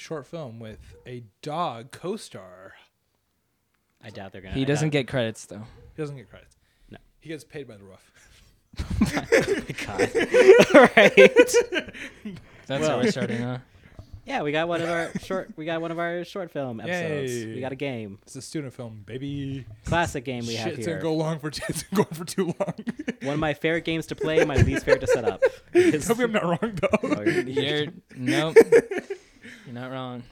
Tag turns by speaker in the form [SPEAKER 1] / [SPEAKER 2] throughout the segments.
[SPEAKER 1] short film with a dog co-star.
[SPEAKER 2] I doubt they're gonna.
[SPEAKER 3] He
[SPEAKER 2] I
[SPEAKER 3] doesn't
[SPEAKER 2] doubt-
[SPEAKER 3] get credits though.
[SPEAKER 1] He doesn't get credits.
[SPEAKER 2] No.
[SPEAKER 1] He gets paid by the roof.
[SPEAKER 2] God. All right.
[SPEAKER 3] That's
[SPEAKER 2] Well-
[SPEAKER 3] how we're starting, huh?
[SPEAKER 2] Yeah, we got one of our short. We got one of our short film episodes.
[SPEAKER 1] Yay.
[SPEAKER 2] We got a game,
[SPEAKER 1] It's a student film, baby.
[SPEAKER 2] classic game we have
[SPEAKER 1] Shit, it's
[SPEAKER 2] here.
[SPEAKER 1] gonna go long for it's going for too long.
[SPEAKER 2] One of my favorite games to play, my least favorite to set up.
[SPEAKER 1] Tell me I'm not wrong
[SPEAKER 2] Oh,
[SPEAKER 1] though.
[SPEAKER 2] you're-
[SPEAKER 3] You're nope. You're not wrong.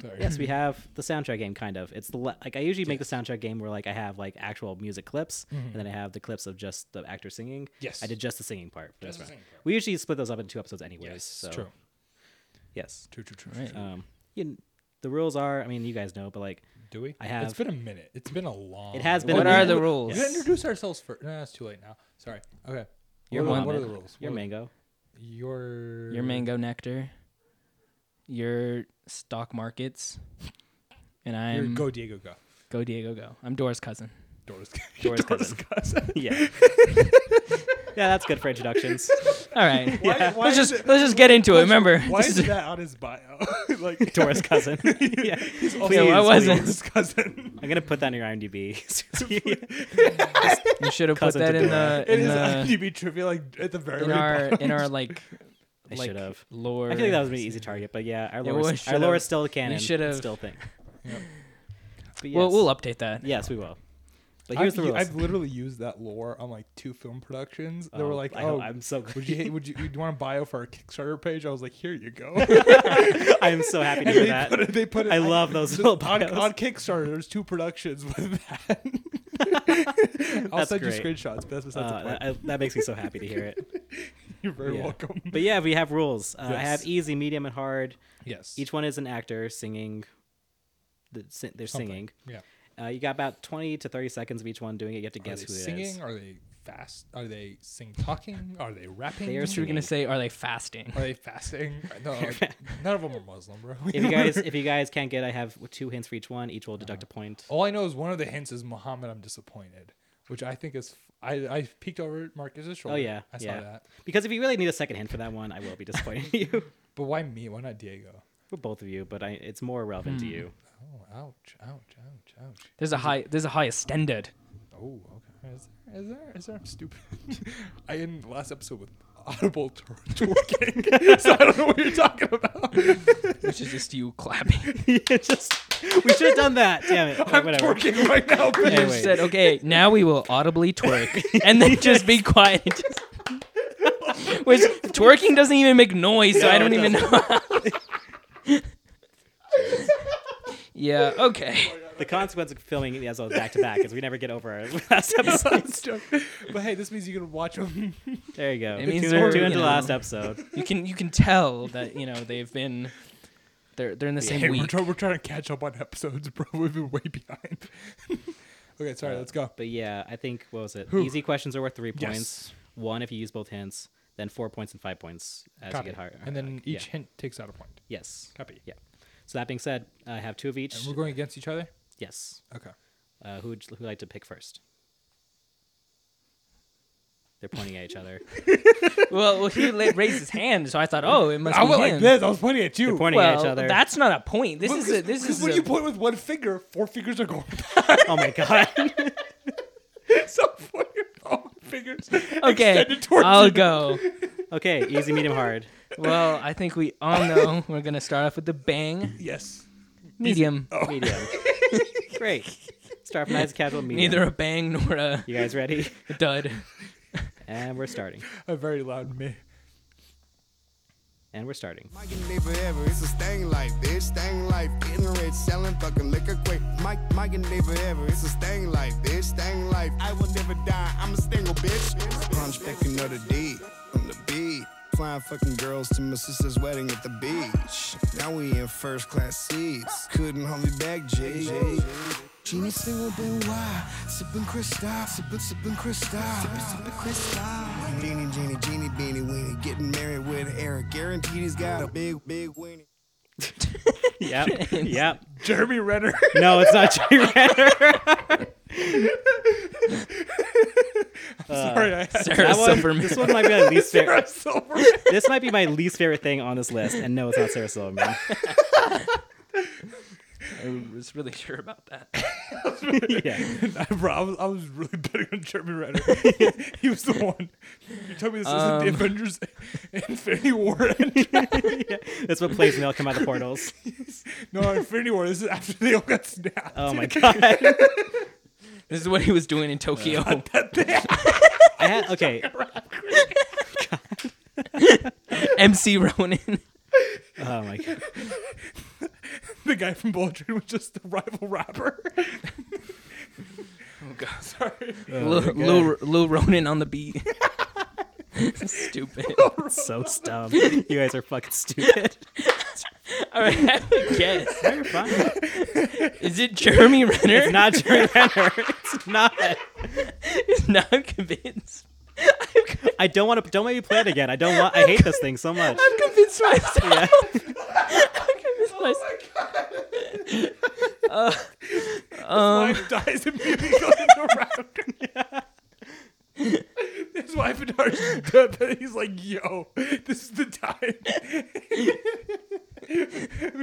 [SPEAKER 1] Sorry.
[SPEAKER 2] yes, we have the soundtrack game kind of. It's the le- like I usually make the soundtrack game where like I have like actual music clips
[SPEAKER 1] Mm-hmm.
[SPEAKER 2] and then I have the clips of just the actor singing.
[SPEAKER 1] Yes.
[SPEAKER 2] I did just the singing part. for
[SPEAKER 1] Just
[SPEAKER 2] this
[SPEAKER 1] the
[SPEAKER 2] round.
[SPEAKER 1] singing part.
[SPEAKER 2] We usually split those up into two episodes anyways.
[SPEAKER 1] Yes,
[SPEAKER 2] so
[SPEAKER 1] true.
[SPEAKER 2] Yes.
[SPEAKER 1] True, true, true.
[SPEAKER 3] Right.
[SPEAKER 1] true.
[SPEAKER 2] Um you kn- the rules are, I mean, you guys know, but like
[SPEAKER 1] Do we?
[SPEAKER 2] I have-
[SPEAKER 1] It's been a minute. It's been a long.
[SPEAKER 2] It has been
[SPEAKER 3] What
[SPEAKER 2] a
[SPEAKER 3] are
[SPEAKER 2] minute.
[SPEAKER 3] the rules?
[SPEAKER 1] We
[SPEAKER 2] Yes.
[SPEAKER 1] gotta introduce ourselves first. No, it's too late now. Sorry. Okay.
[SPEAKER 3] You're
[SPEAKER 1] what, are-
[SPEAKER 3] one
[SPEAKER 1] what are the
[SPEAKER 3] minute.
[SPEAKER 1] rules?
[SPEAKER 2] Your
[SPEAKER 1] What-
[SPEAKER 2] mango.
[SPEAKER 1] Your
[SPEAKER 3] Your mango nectar. Your stock markets. And
[SPEAKER 1] Your
[SPEAKER 3] I'm
[SPEAKER 1] go Diego go.
[SPEAKER 3] Go Diego Go. I'm Dora's cousin.
[SPEAKER 1] Doris.
[SPEAKER 2] Dora's cousin. yeah. yeah, that's good for introductions.
[SPEAKER 3] All right.
[SPEAKER 1] Why-
[SPEAKER 2] Yeah.
[SPEAKER 1] why
[SPEAKER 3] let's
[SPEAKER 1] is
[SPEAKER 3] just
[SPEAKER 1] it-
[SPEAKER 3] let's just get into it. Remember,
[SPEAKER 1] Why
[SPEAKER 3] this
[SPEAKER 1] is
[SPEAKER 3] is-
[SPEAKER 1] that on his bio? like
[SPEAKER 2] Dora's cousin. yeah.
[SPEAKER 3] Yeah, why wasn't?
[SPEAKER 1] his cousin.
[SPEAKER 2] I'm gonna put that in your IMDb.
[SPEAKER 3] you should have put
[SPEAKER 2] Cousin
[SPEAKER 3] that
[SPEAKER 2] to
[SPEAKER 3] in
[SPEAKER 2] Dora.
[SPEAKER 3] the
[SPEAKER 1] It
[SPEAKER 3] in
[SPEAKER 1] is
[SPEAKER 3] the
[SPEAKER 1] IMDb trivia, like at the very
[SPEAKER 3] in our
[SPEAKER 1] bottom.
[SPEAKER 3] in our like
[SPEAKER 2] I
[SPEAKER 3] like
[SPEAKER 2] should've.
[SPEAKER 3] lore.
[SPEAKER 2] I feel like that was an easy target, but yeah, our
[SPEAKER 3] Yeah,
[SPEAKER 2] lore,
[SPEAKER 3] we
[SPEAKER 2] is, our
[SPEAKER 3] should've-
[SPEAKER 2] lore is still canon.
[SPEAKER 3] we should've-
[SPEAKER 2] Still thing.
[SPEAKER 1] Yep.
[SPEAKER 2] But yes.
[SPEAKER 3] We'll we'll update that.
[SPEAKER 2] yes, we will. But here's
[SPEAKER 1] I've,
[SPEAKER 2] the
[SPEAKER 1] u-
[SPEAKER 2] rules.
[SPEAKER 1] I've literally used that lore on like two film productions. They were
[SPEAKER 2] Oh,
[SPEAKER 1] like,
[SPEAKER 2] I
[SPEAKER 1] "Oh,
[SPEAKER 2] know, I'm so
[SPEAKER 1] would you would you, would you want a bio for our Kickstarter page?" I was like, "Here you go."
[SPEAKER 2] I'm so happy to
[SPEAKER 1] And
[SPEAKER 2] hear
[SPEAKER 1] they,
[SPEAKER 2] that.
[SPEAKER 1] Put it, they put it.
[SPEAKER 2] I love those
[SPEAKER 1] so
[SPEAKER 2] little
[SPEAKER 1] on,
[SPEAKER 2] bios.
[SPEAKER 1] on Kickstarter. There's two productions with that. I'll
[SPEAKER 2] That's
[SPEAKER 1] send you
[SPEAKER 2] great.
[SPEAKER 1] screenshots. but That's besides
[SPEAKER 2] Uh,
[SPEAKER 1] the point.
[SPEAKER 2] that, I- that makes me so happy to hear it.
[SPEAKER 1] You're very
[SPEAKER 2] yeah.
[SPEAKER 1] welcome.
[SPEAKER 2] But yeah, we have rules. Uh, I have
[SPEAKER 1] Yes.
[SPEAKER 2] easy, medium, and hard.
[SPEAKER 1] yes,
[SPEAKER 2] Each one is an actor singing. The, si- they're
[SPEAKER 1] Something.
[SPEAKER 2] singing.
[SPEAKER 1] Yeah.
[SPEAKER 2] Uh, you got about 20 to 30 seconds of each one doing it. You have to
[SPEAKER 1] Are
[SPEAKER 2] guess
[SPEAKER 1] they
[SPEAKER 2] who it is.
[SPEAKER 1] singing? Are they fast? Are they sing talking? Are they rapping?
[SPEAKER 2] They are
[SPEAKER 3] So we're gonna say, are they fasting?
[SPEAKER 1] Are they fasting? No, like, none of them are Muslim, bro.
[SPEAKER 2] If you guys, if you guys can't get, I have two hints for each one. Each will deduct a
[SPEAKER 1] Uh-huh.
[SPEAKER 2] point.
[SPEAKER 1] All I know is one of the hints is Muhammad. I'm disappointed, which I think is. I I peeked over Marcus's shoulder.
[SPEAKER 2] Oh yeah,
[SPEAKER 1] I saw
[SPEAKER 2] yeah.
[SPEAKER 1] that.
[SPEAKER 2] Because if you really need a second hint for that one, I will be disappointed in you.
[SPEAKER 1] But why me? Why not Diego?
[SPEAKER 2] For both of you, but I, it's more relevant to you.
[SPEAKER 1] Oh, ouch, ouch, ouch, ouch.
[SPEAKER 3] There's a high there's a high standard.
[SPEAKER 1] Oh, okay. Is there? Is there? Is there? I'm stupid. I ended the last episode with audible tor- twerking, so I don't know what you're talking about.
[SPEAKER 3] Which is just you clapping.
[SPEAKER 2] It just we should have done that. Damn it.
[SPEAKER 1] I'm
[SPEAKER 2] Whatever.
[SPEAKER 1] twerking right now. bitch.
[SPEAKER 3] You
[SPEAKER 2] Anyway.
[SPEAKER 3] said, okay, now we will audibly twerk, and then just be quiet. Just- Which twerking doesn't even make noise, so
[SPEAKER 2] No,
[SPEAKER 3] I
[SPEAKER 2] it
[SPEAKER 3] don't even know. yeah. Uh, Okay.
[SPEAKER 2] The consequence of filming as well back to back is we never get over our last
[SPEAKER 1] I'm
[SPEAKER 2] episodes.
[SPEAKER 1] joking. But hey, this means you can watch them.
[SPEAKER 2] There you go.
[SPEAKER 3] It means
[SPEAKER 2] tune
[SPEAKER 3] we're,
[SPEAKER 2] in, tune
[SPEAKER 3] you
[SPEAKER 2] into
[SPEAKER 3] know,
[SPEAKER 2] last episode.
[SPEAKER 3] You can you can tell that you know they've been they're they're in the same
[SPEAKER 1] Hey, we're,
[SPEAKER 3] week.
[SPEAKER 1] try- we're trying to catch up on episodes, bro. We've been way behind. okay, sorry.
[SPEAKER 3] Uh,
[SPEAKER 1] let's go.
[SPEAKER 2] But yeah, I think what was it?
[SPEAKER 1] Whew.
[SPEAKER 2] Easy questions are worth three
[SPEAKER 1] Yes.
[SPEAKER 2] points. One if you use both hints, then four points and five points as
[SPEAKER 1] Copy.
[SPEAKER 2] you get higher.
[SPEAKER 1] And
[SPEAKER 3] Uh,
[SPEAKER 1] then
[SPEAKER 2] yeah.
[SPEAKER 1] each hint takes out a point.
[SPEAKER 2] yes.
[SPEAKER 1] Copy.
[SPEAKER 2] Yeah. So that being said, I have two of each.
[SPEAKER 1] And we're going against each other.
[SPEAKER 2] Yes.
[SPEAKER 1] Okay.
[SPEAKER 2] Uh, who would who would like to pick first? They're pointing at each other.
[SPEAKER 3] Well, well, he la- raised his hand, so I thought, oh, it must
[SPEAKER 1] I
[SPEAKER 3] be
[SPEAKER 1] went
[SPEAKER 3] him.
[SPEAKER 1] like this. I was pointing at you.
[SPEAKER 2] They're pointing at
[SPEAKER 3] Well,
[SPEAKER 2] each other.
[SPEAKER 3] that's not a point. This is a, this
[SPEAKER 1] Because
[SPEAKER 3] is
[SPEAKER 1] when
[SPEAKER 3] a,
[SPEAKER 1] you point with one finger, four fingers are going.
[SPEAKER 2] oh my god.
[SPEAKER 1] so point with all fingers.
[SPEAKER 3] okay.
[SPEAKER 1] extended towards
[SPEAKER 3] I'll
[SPEAKER 1] you.
[SPEAKER 3] go.
[SPEAKER 2] okay, easy, medium, hard.
[SPEAKER 3] Well, I think we all know we're gonna start off with the bang
[SPEAKER 1] Yes.
[SPEAKER 3] medium.
[SPEAKER 2] Medium. Great. Start from nice casual medium.
[SPEAKER 3] Neither a bang nor a
[SPEAKER 2] You guys ready?
[SPEAKER 3] dud.
[SPEAKER 2] And we're starting.
[SPEAKER 1] Oh, A very loud me.
[SPEAKER 2] And we're starting.
[SPEAKER 4] Mike and Dave forever, it's a sting life, this sting life, getting rich, selling fucking liquor quick. Mike, Mike and Dave forever, it's a sting life, this sting life. I will never die, I'm a stingle bitch. I'm thinking of the D, on the B. Flying fucking girls to my sister's wedding at the beach. Now we in first class seats, couldn't hold me back, JJ. Genie single been wild, sipping crystal, sipping, sipping crystal, sipping, sipping crystal. Beanie, genie, genie, beanie, weenie, getting married with Eric. Guaranteed he's got a big, big weenie.
[SPEAKER 2] Yep. Yep.
[SPEAKER 1] Jeremy Renner.
[SPEAKER 2] No, it's not Jay Renner.
[SPEAKER 1] sorry, I had
[SPEAKER 3] Sarah
[SPEAKER 2] That one,
[SPEAKER 3] Silverman.
[SPEAKER 2] Uh, this one might be my least
[SPEAKER 1] Sarah
[SPEAKER 2] favorite.
[SPEAKER 1] Silverman.
[SPEAKER 2] This might be my least favorite thing on this list. And no, it's not Sarah Silverman.
[SPEAKER 3] was really sure about that.
[SPEAKER 2] yeah.
[SPEAKER 1] Bro, I was, I was really betting on Jeremy Renner. he was the one. You tell me this
[SPEAKER 3] Um.
[SPEAKER 1] isn't the Avengers Infinity War.
[SPEAKER 2] yeah. That's what plays when they all come out of the portals.
[SPEAKER 1] no, Infinity War. This is after they all got snapped.
[SPEAKER 2] Oh my god.
[SPEAKER 3] This is what he was doing in Tokyo.
[SPEAKER 2] I had okay.
[SPEAKER 3] MC Ronin.
[SPEAKER 2] Oh my god.
[SPEAKER 1] the guy from Bullet Train was just the rival rapper.
[SPEAKER 3] Oh god.
[SPEAKER 1] Sorry.
[SPEAKER 3] Lil, Lil, Lil Ronin on the beat. Stupid.
[SPEAKER 2] So dumb. You guys are fucking stupid.
[SPEAKER 3] All right, have a guess.
[SPEAKER 2] You're fine.
[SPEAKER 3] Is it Jeremy Renner?
[SPEAKER 2] It's not Jeremy Renner. It's not.
[SPEAKER 3] Now I'm convinced.
[SPEAKER 2] I don't want to. Don't make me play it again. I don't want. I hate this thing so much.
[SPEAKER 3] I'm convinced myself.
[SPEAKER 2] Yeah.
[SPEAKER 3] I'm convinced myself.
[SPEAKER 1] Oh Why dies immediately goes into raptor. His wife and daughter's dead, but he's like, yo, this is the time.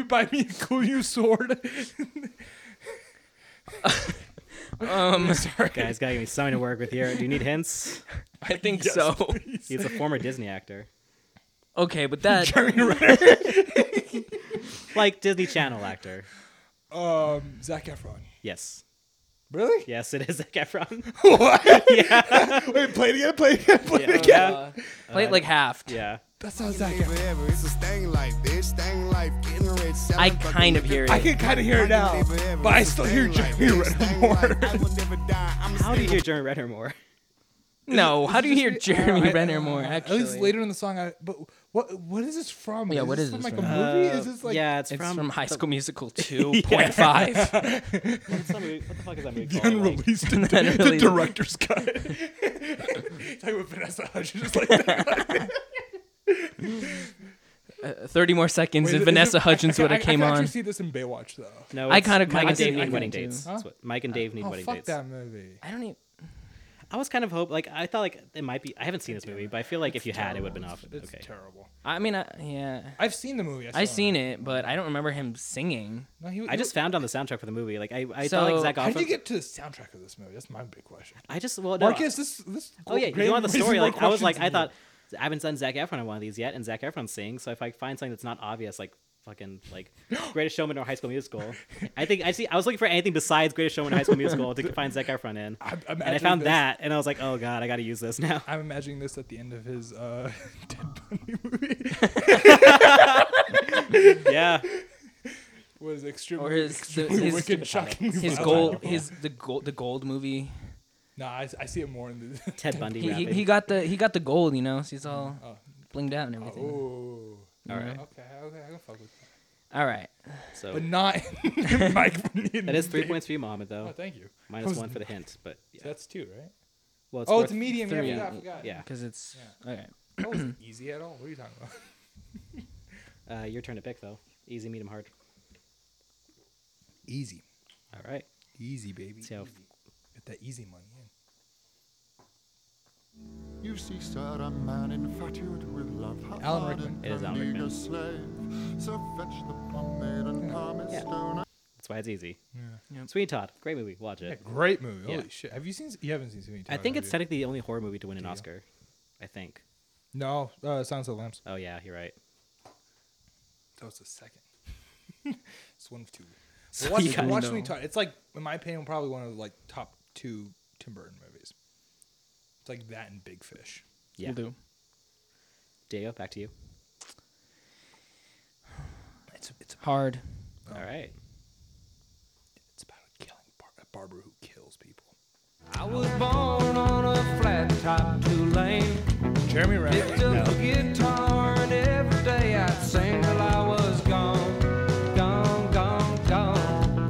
[SPEAKER 1] Buy me a cool new sword.
[SPEAKER 3] Um,
[SPEAKER 2] Guys, gotta give me something to work with here. Do you need hints?
[SPEAKER 3] I think
[SPEAKER 1] Yes,
[SPEAKER 3] so.
[SPEAKER 1] please.
[SPEAKER 2] He's a former Disney actor,
[SPEAKER 3] Okay, but that
[SPEAKER 1] Jeremy Renner.
[SPEAKER 2] like Disney Channel actor.
[SPEAKER 1] Um, Zach Efron.
[SPEAKER 2] Yes.
[SPEAKER 1] Really?
[SPEAKER 2] Yes, it is Zac Efron.
[SPEAKER 1] What? Wait, play it again, play it again, play it again.
[SPEAKER 3] uh, played like half.
[SPEAKER 2] Yeah.
[SPEAKER 1] That's not Zach Efron.
[SPEAKER 4] Forever. It's a stain like this, stain life, getting rich, selling
[SPEAKER 3] I
[SPEAKER 4] fucking
[SPEAKER 3] kind of
[SPEAKER 4] liquor,
[SPEAKER 3] hear
[SPEAKER 1] I
[SPEAKER 3] it.
[SPEAKER 1] can kind of hear it now, but I still hear Jeremy Renner more.
[SPEAKER 2] How do you hear Jeremy Renner more?
[SPEAKER 3] No, how do you hear Jeremy
[SPEAKER 1] Uh, Oh, I-
[SPEAKER 3] Renner more?
[SPEAKER 1] At
[SPEAKER 3] Actually,
[SPEAKER 1] least later in the song, I, but what what is this from?
[SPEAKER 3] Yeah, what is
[SPEAKER 1] from
[SPEAKER 3] this
[SPEAKER 1] like
[SPEAKER 3] from?
[SPEAKER 1] a movie? is
[SPEAKER 2] Uh,
[SPEAKER 1] this like
[SPEAKER 2] yeah, it's,
[SPEAKER 3] It's
[SPEAKER 2] from,
[SPEAKER 3] from High School Musical 2.5.
[SPEAKER 2] what's that movie- what the fuck is that movie
[SPEAKER 1] the
[SPEAKER 2] called? Like,
[SPEAKER 1] unreleased, the,
[SPEAKER 3] unreleased.
[SPEAKER 1] director's cut? Talking about Vanessa Hudgens, just like that.
[SPEAKER 3] Uh, 30 more seconds
[SPEAKER 1] Wait,
[SPEAKER 3] and
[SPEAKER 1] is
[SPEAKER 3] Vanessa
[SPEAKER 1] it-
[SPEAKER 3] Hudgens
[SPEAKER 1] I-
[SPEAKER 3] would
[SPEAKER 1] I-
[SPEAKER 3] have came
[SPEAKER 1] I can
[SPEAKER 3] on.
[SPEAKER 1] actually see this in Baywatch though.
[SPEAKER 2] No,
[SPEAKER 3] I
[SPEAKER 2] it's
[SPEAKER 3] kinda- I
[SPEAKER 2] Mike
[SPEAKER 3] can
[SPEAKER 2] and
[SPEAKER 3] see
[SPEAKER 2] Dave
[SPEAKER 3] it
[SPEAKER 2] need wedding
[SPEAKER 3] too.
[SPEAKER 2] dates.
[SPEAKER 1] Huh?
[SPEAKER 2] That's what- Mike and Dave need
[SPEAKER 1] Oh
[SPEAKER 2] wedding
[SPEAKER 1] fuck
[SPEAKER 2] dates.
[SPEAKER 1] that movie!
[SPEAKER 3] I don't e, even.
[SPEAKER 2] I was kind of hope like I thought like it might be. I haven't seen this movie, but I feel like if you had, it would have been off.
[SPEAKER 1] It's
[SPEAKER 2] Okay.
[SPEAKER 1] terrible.
[SPEAKER 3] I mean, I, yeah.
[SPEAKER 1] I've seen the movie. I saw
[SPEAKER 3] I seen it, but I don't remember him singing.
[SPEAKER 1] No, he,
[SPEAKER 2] I just found on the soundtrack for the movie. Like I, I
[SPEAKER 3] So,
[SPEAKER 2] thought like Zach
[SPEAKER 1] How did you
[SPEAKER 2] Efron.
[SPEAKER 1] get to the soundtrack of this movie? That's my big question.
[SPEAKER 2] I just well, no,
[SPEAKER 1] Marcus, this this.
[SPEAKER 2] Oh yeah,
[SPEAKER 1] great
[SPEAKER 2] you know the
[SPEAKER 1] reason
[SPEAKER 2] story.
[SPEAKER 1] more
[SPEAKER 2] Like I was
[SPEAKER 1] questions
[SPEAKER 2] like,
[SPEAKER 1] than
[SPEAKER 2] I
[SPEAKER 1] you.
[SPEAKER 2] thought I haven't done Zach Efron on one of these yet, and Zach Efron sings. So if I find something that's not obvious, like fucking like Greatest Showman or High School Musical, I think I see. I was looking for anything besides Greatest Showman or High School Musical to find Zach Efron in,
[SPEAKER 1] I'm- I'm
[SPEAKER 2] and I
[SPEAKER 1] imagining
[SPEAKER 2] found
[SPEAKER 1] this-
[SPEAKER 2] that, and I was like, oh god, I got to use this now.
[SPEAKER 1] I'm imagining this at the end of his uh, Dead Bunny movie.
[SPEAKER 2] yeah,
[SPEAKER 1] was extremely,
[SPEAKER 3] Or his the,
[SPEAKER 1] extremely
[SPEAKER 3] his,
[SPEAKER 1] wicked, shockingly
[SPEAKER 3] his
[SPEAKER 1] violent.
[SPEAKER 3] gold his the gold the gold movie.
[SPEAKER 1] Nah, I, I see it more in the.
[SPEAKER 2] Ted Bundy.
[SPEAKER 3] He, he,
[SPEAKER 2] rapping.
[SPEAKER 3] he got the he got the gold. You know, so he's all blinged out and everything.
[SPEAKER 1] oh,
[SPEAKER 2] All right,
[SPEAKER 1] okay, okay, I can fuck with that.
[SPEAKER 3] All right.
[SPEAKER 2] so
[SPEAKER 1] But not Mike.
[SPEAKER 2] that is three points for you, Mohammed,
[SPEAKER 1] Oh,
[SPEAKER 2] though.
[SPEAKER 1] thank you.
[SPEAKER 2] Minus one for the hint, but
[SPEAKER 1] So
[SPEAKER 2] yeah.
[SPEAKER 1] That's two, right?
[SPEAKER 2] Well, it's
[SPEAKER 1] oh,
[SPEAKER 2] worth
[SPEAKER 1] it's a medium.
[SPEAKER 2] three.
[SPEAKER 1] Yeah, I forgot, I forgot.
[SPEAKER 2] Yeah.
[SPEAKER 3] Because it's okay.
[SPEAKER 1] That wasn't easy at all. What are you talking about?
[SPEAKER 2] Uh, your turn to pick, though. Easy, medium, hard.
[SPEAKER 1] Easy,
[SPEAKER 2] All right.
[SPEAKER 1] easy, baby.
[SPEAKER 2] See how-
[SPEAKER 1] Easy. Get that easy money in.
[SPEAKER 5] You see, sir, a man infatuated with love. how
[SPEAKER 1] Alan
[SPEAKER 5] hard
[SPEAKER 1] Rickman.
[SPEAKER 5] and
[SPEAKER 2] It is Alan
[SPEAKER 5] cunning a
[SPEAKER 2] Rickman.
[SPEAKER 5] slave. So fetch the pomade and palm
[SPEAKER 2] Yeah.
[SPEAKER 5] stone.
[SPEAKER 2] That's why it's easy.
[SPEAKER 1] Yeah.
[SPEAKER 2] Sweeney Todd, great movie. Watch it.
[SPEAKER 1] Yeah, great movie.
[SPEAKER 2] Yeah.
[SPEAKER 1] Holy shit! Have you seen? You haven't seen Sweeney
[SPEAKER 2] I
[SPEAKER 1] Todd,
[SPEAKER 2] think
[SPEAKER 1] have
[SPEAKER 2] it's
[SPEAKER 1] you?
[SPEAKER 2] technically the only horror movie to win an Oscar. I think.
[SPEAKER 1] No, uh, Silence of the Lambs.
[SPEAKER 2] Oh yeah, you're right.
[SPEAKER 1] That was the second. it's one of two. Well, watch,
[SPEAKER 3] you
[SPEAKER 1] watch
[SPEAKER 3] know.
[SPEAKER 1] me talk. It's like, in my opinion, probably one of the like top two Tim Burton movies. It's like that and Big Fish.
[SPEAKER 2] Yeah.
[SPEAKER 3] We'll do.
[SPEAKER 2] Diego, back to you.
[SPEAKER 1] It's it's
[SPEAKER 3] Hard.
[SPEAKER 1] Oh.
[SPEAKER 2] All right.
[SPEAKER 1] it's about a killing bar- a barber who kills people.
[SPEAKER 6] I was born on a flat top Tulane.
[SPEAKER 1] Jeremy
[SPEAKER 6] Picked
[SPEAKER 1] Renner.
[SPEAKER 6] up a guitar and every day I'd sing till I was gone, gone, gone, gone.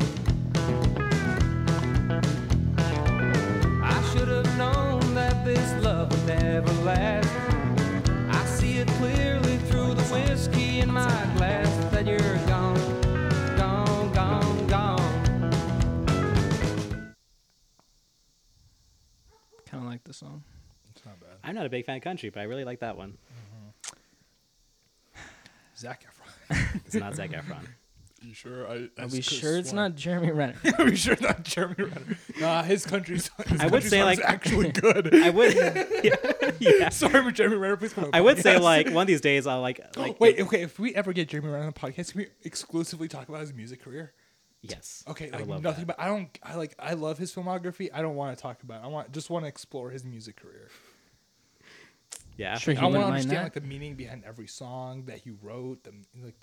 [SPEAKER 6] I should have known that this love would never last. I see it clearly through the whiskey in my glass that you're gone, gone, gone, gone.
[SPEAKER 3] Kind of like the song.
[SPEAKER 1] It's not bad.
[SPEAKER 2] I'm not a big fan of country, but I really like that one.
[SPEAKER 1] Zach Efron.
[SPEAKER 2] It's not Zac Efron.
[SPEAKER 1] You sure? I,
[SPEAKER 3] Are we sure it's not Jeremy Renner?
[SPEAKER 1] Are we sure not Jeremy Renner? Nah, his country's. His
[SPEAKER 2] I would
[SPEAKER 1] country
[SPEAKER 2] say,
[SPEAKER 1] song's
[SPEAKER 2] like-
[SPEAKER 1] actually good.
[SPEAKER 2] I would. Yeah, yeah.
[SPEAKER 1] Sorry for Jeremy Renner. Please come on.
[SPEAKER 2] I would say
[SPEAKER 1] Yes. Oh,
[SPEAKER 2] like one of these days I'll like like
[SPEAKER 1] Wait, okay. If we ever get Jeremy Renner on the podcast, can we exclusively talk about his music career?
[SPEAKER 2] yes.
[SPEAKER 1] Okay,
[SPEAKER 2] I
[SPEAKER 1] like
[SPEAKER 2] would love
[SPEAKER 1] nothing. But I don't. I like. I love his filmography. I don't want to talk about. It. I want just want to explore his music career.
[SPEAKER 2] that. Yeah.
[SPEAKER 3] Sure, he
[SPEAKER 1] I want to
[SPEAKER 3] wouldn't mind
[SPEAKER 1] understand
[SPEAKER 3] that.
[SPEAKER 1] like the meaning behind every song that he wrote. The like.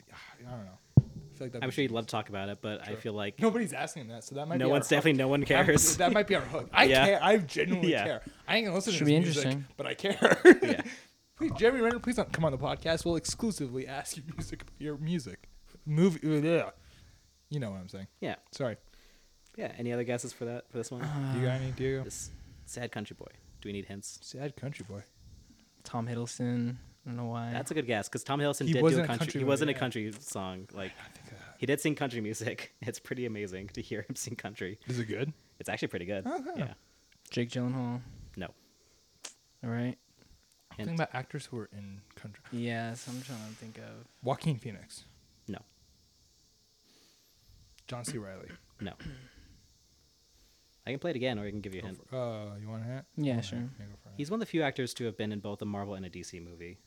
[SPEAKER 1] I don't know. I feel like that.
[SPEAKER 2] I'm sure you'd love to talk about it, but I feel like
[SPEAKER 1] Nobody's asking him that, so that might.
[SPEAKER 2] no
[SPEAKER 1] be our
[SPEAKER 2] one's definitely no one
[SPEAKER 1] I'm-
[SPEAKER 2] cares.
[SPEAKER 1] That might be our hook. I
[SPEAKER 2] Yeah.
[SPEAKER 1] care. I genuinely
[SPEAKER 2] Yeah.
[SPEAKER 1] care. I ain't gonna listen
[SPEAKER 3] Should
[SPEAKER 1] to
[SPEAKER 3] be
[SPEAKER 1] his music,
[SPEAKER 3] interesting.
[SPEAKER 1] but I care.
[SPEAKER 2] Yeah.
[SPEAKER 1] please, Jeremy Renner, please don't come on the podcast. We'll exclusively ask you music, your music, movie. Yeah. You know what I'm saying.
[SPEAKER 2] Yeah.
[SPEAKER 1] Sorry.
[SPEAKER 2] Yeah. Any other guesses for that for this one?
[SPEAKER 3] Uh,
[SPEAKER 1] you got any? Do you?
[SPEAKER 2] this sad country boy. Do we need hints?
[SPEAKER 1] Sad country boy.
[SPEAKER 3] Tom Hiddleston. I don't know why.
[SPEAKER 2] That's a good guess because Tom Hiddleston
[SPEAKER 1] He
[SPEAKER 2] did
[SPEAKER 1] wasn't
[SPEAKER 2] do
[SPEAKER 1] a
[SPEAKER 2] a country.
[SPEAKER 1] country
[SPEAKER 2] he
[SPEAKER 1] boy,
[SPEAKER 2] wasn't
[SPEAKER 1] yeah.
[SPEAKER 2] a country song. Like
[SPEAKER 1] uh,
[SPEAKER 2] he did sing country music. It's pretty amazing to hear him sing country.
[SPEAKER 1] Is it good?
[SPEAKER 2] It's actually pretty good.
[SPEAKER 1] Okay.
[SPEAKER 2] Yeah.
[SPEAKER 3] Jake Gyllenhaal.
[SPEAKER 2] No.
[SPEAKER 3] All
[SPEAKER 2] And-
[SPEAKER 3] right.
[SPEAKER 1] Thinking about actors who are in country.
[SPEAKER 3] Yes, I'm trying to think of.
[SPEAKER 1] Joaquin Phoenix,
[SPEAKER 2] No.
[SPEAKER 1] John C. Riley.
[SPEAKER 2] No. I can play it again, or I can give you a hint.
[SPEAKER 1] Uh, you want a hint?
[SPEAKER 3] Yeah,
[SPEAKER 1] Alright,
[SPEAKER 3] sure.
[SPEAKER 1] yeah, go for it.
[SPEAKER 2] He's one of the few actors to have been in both a Marvel and a DC movie.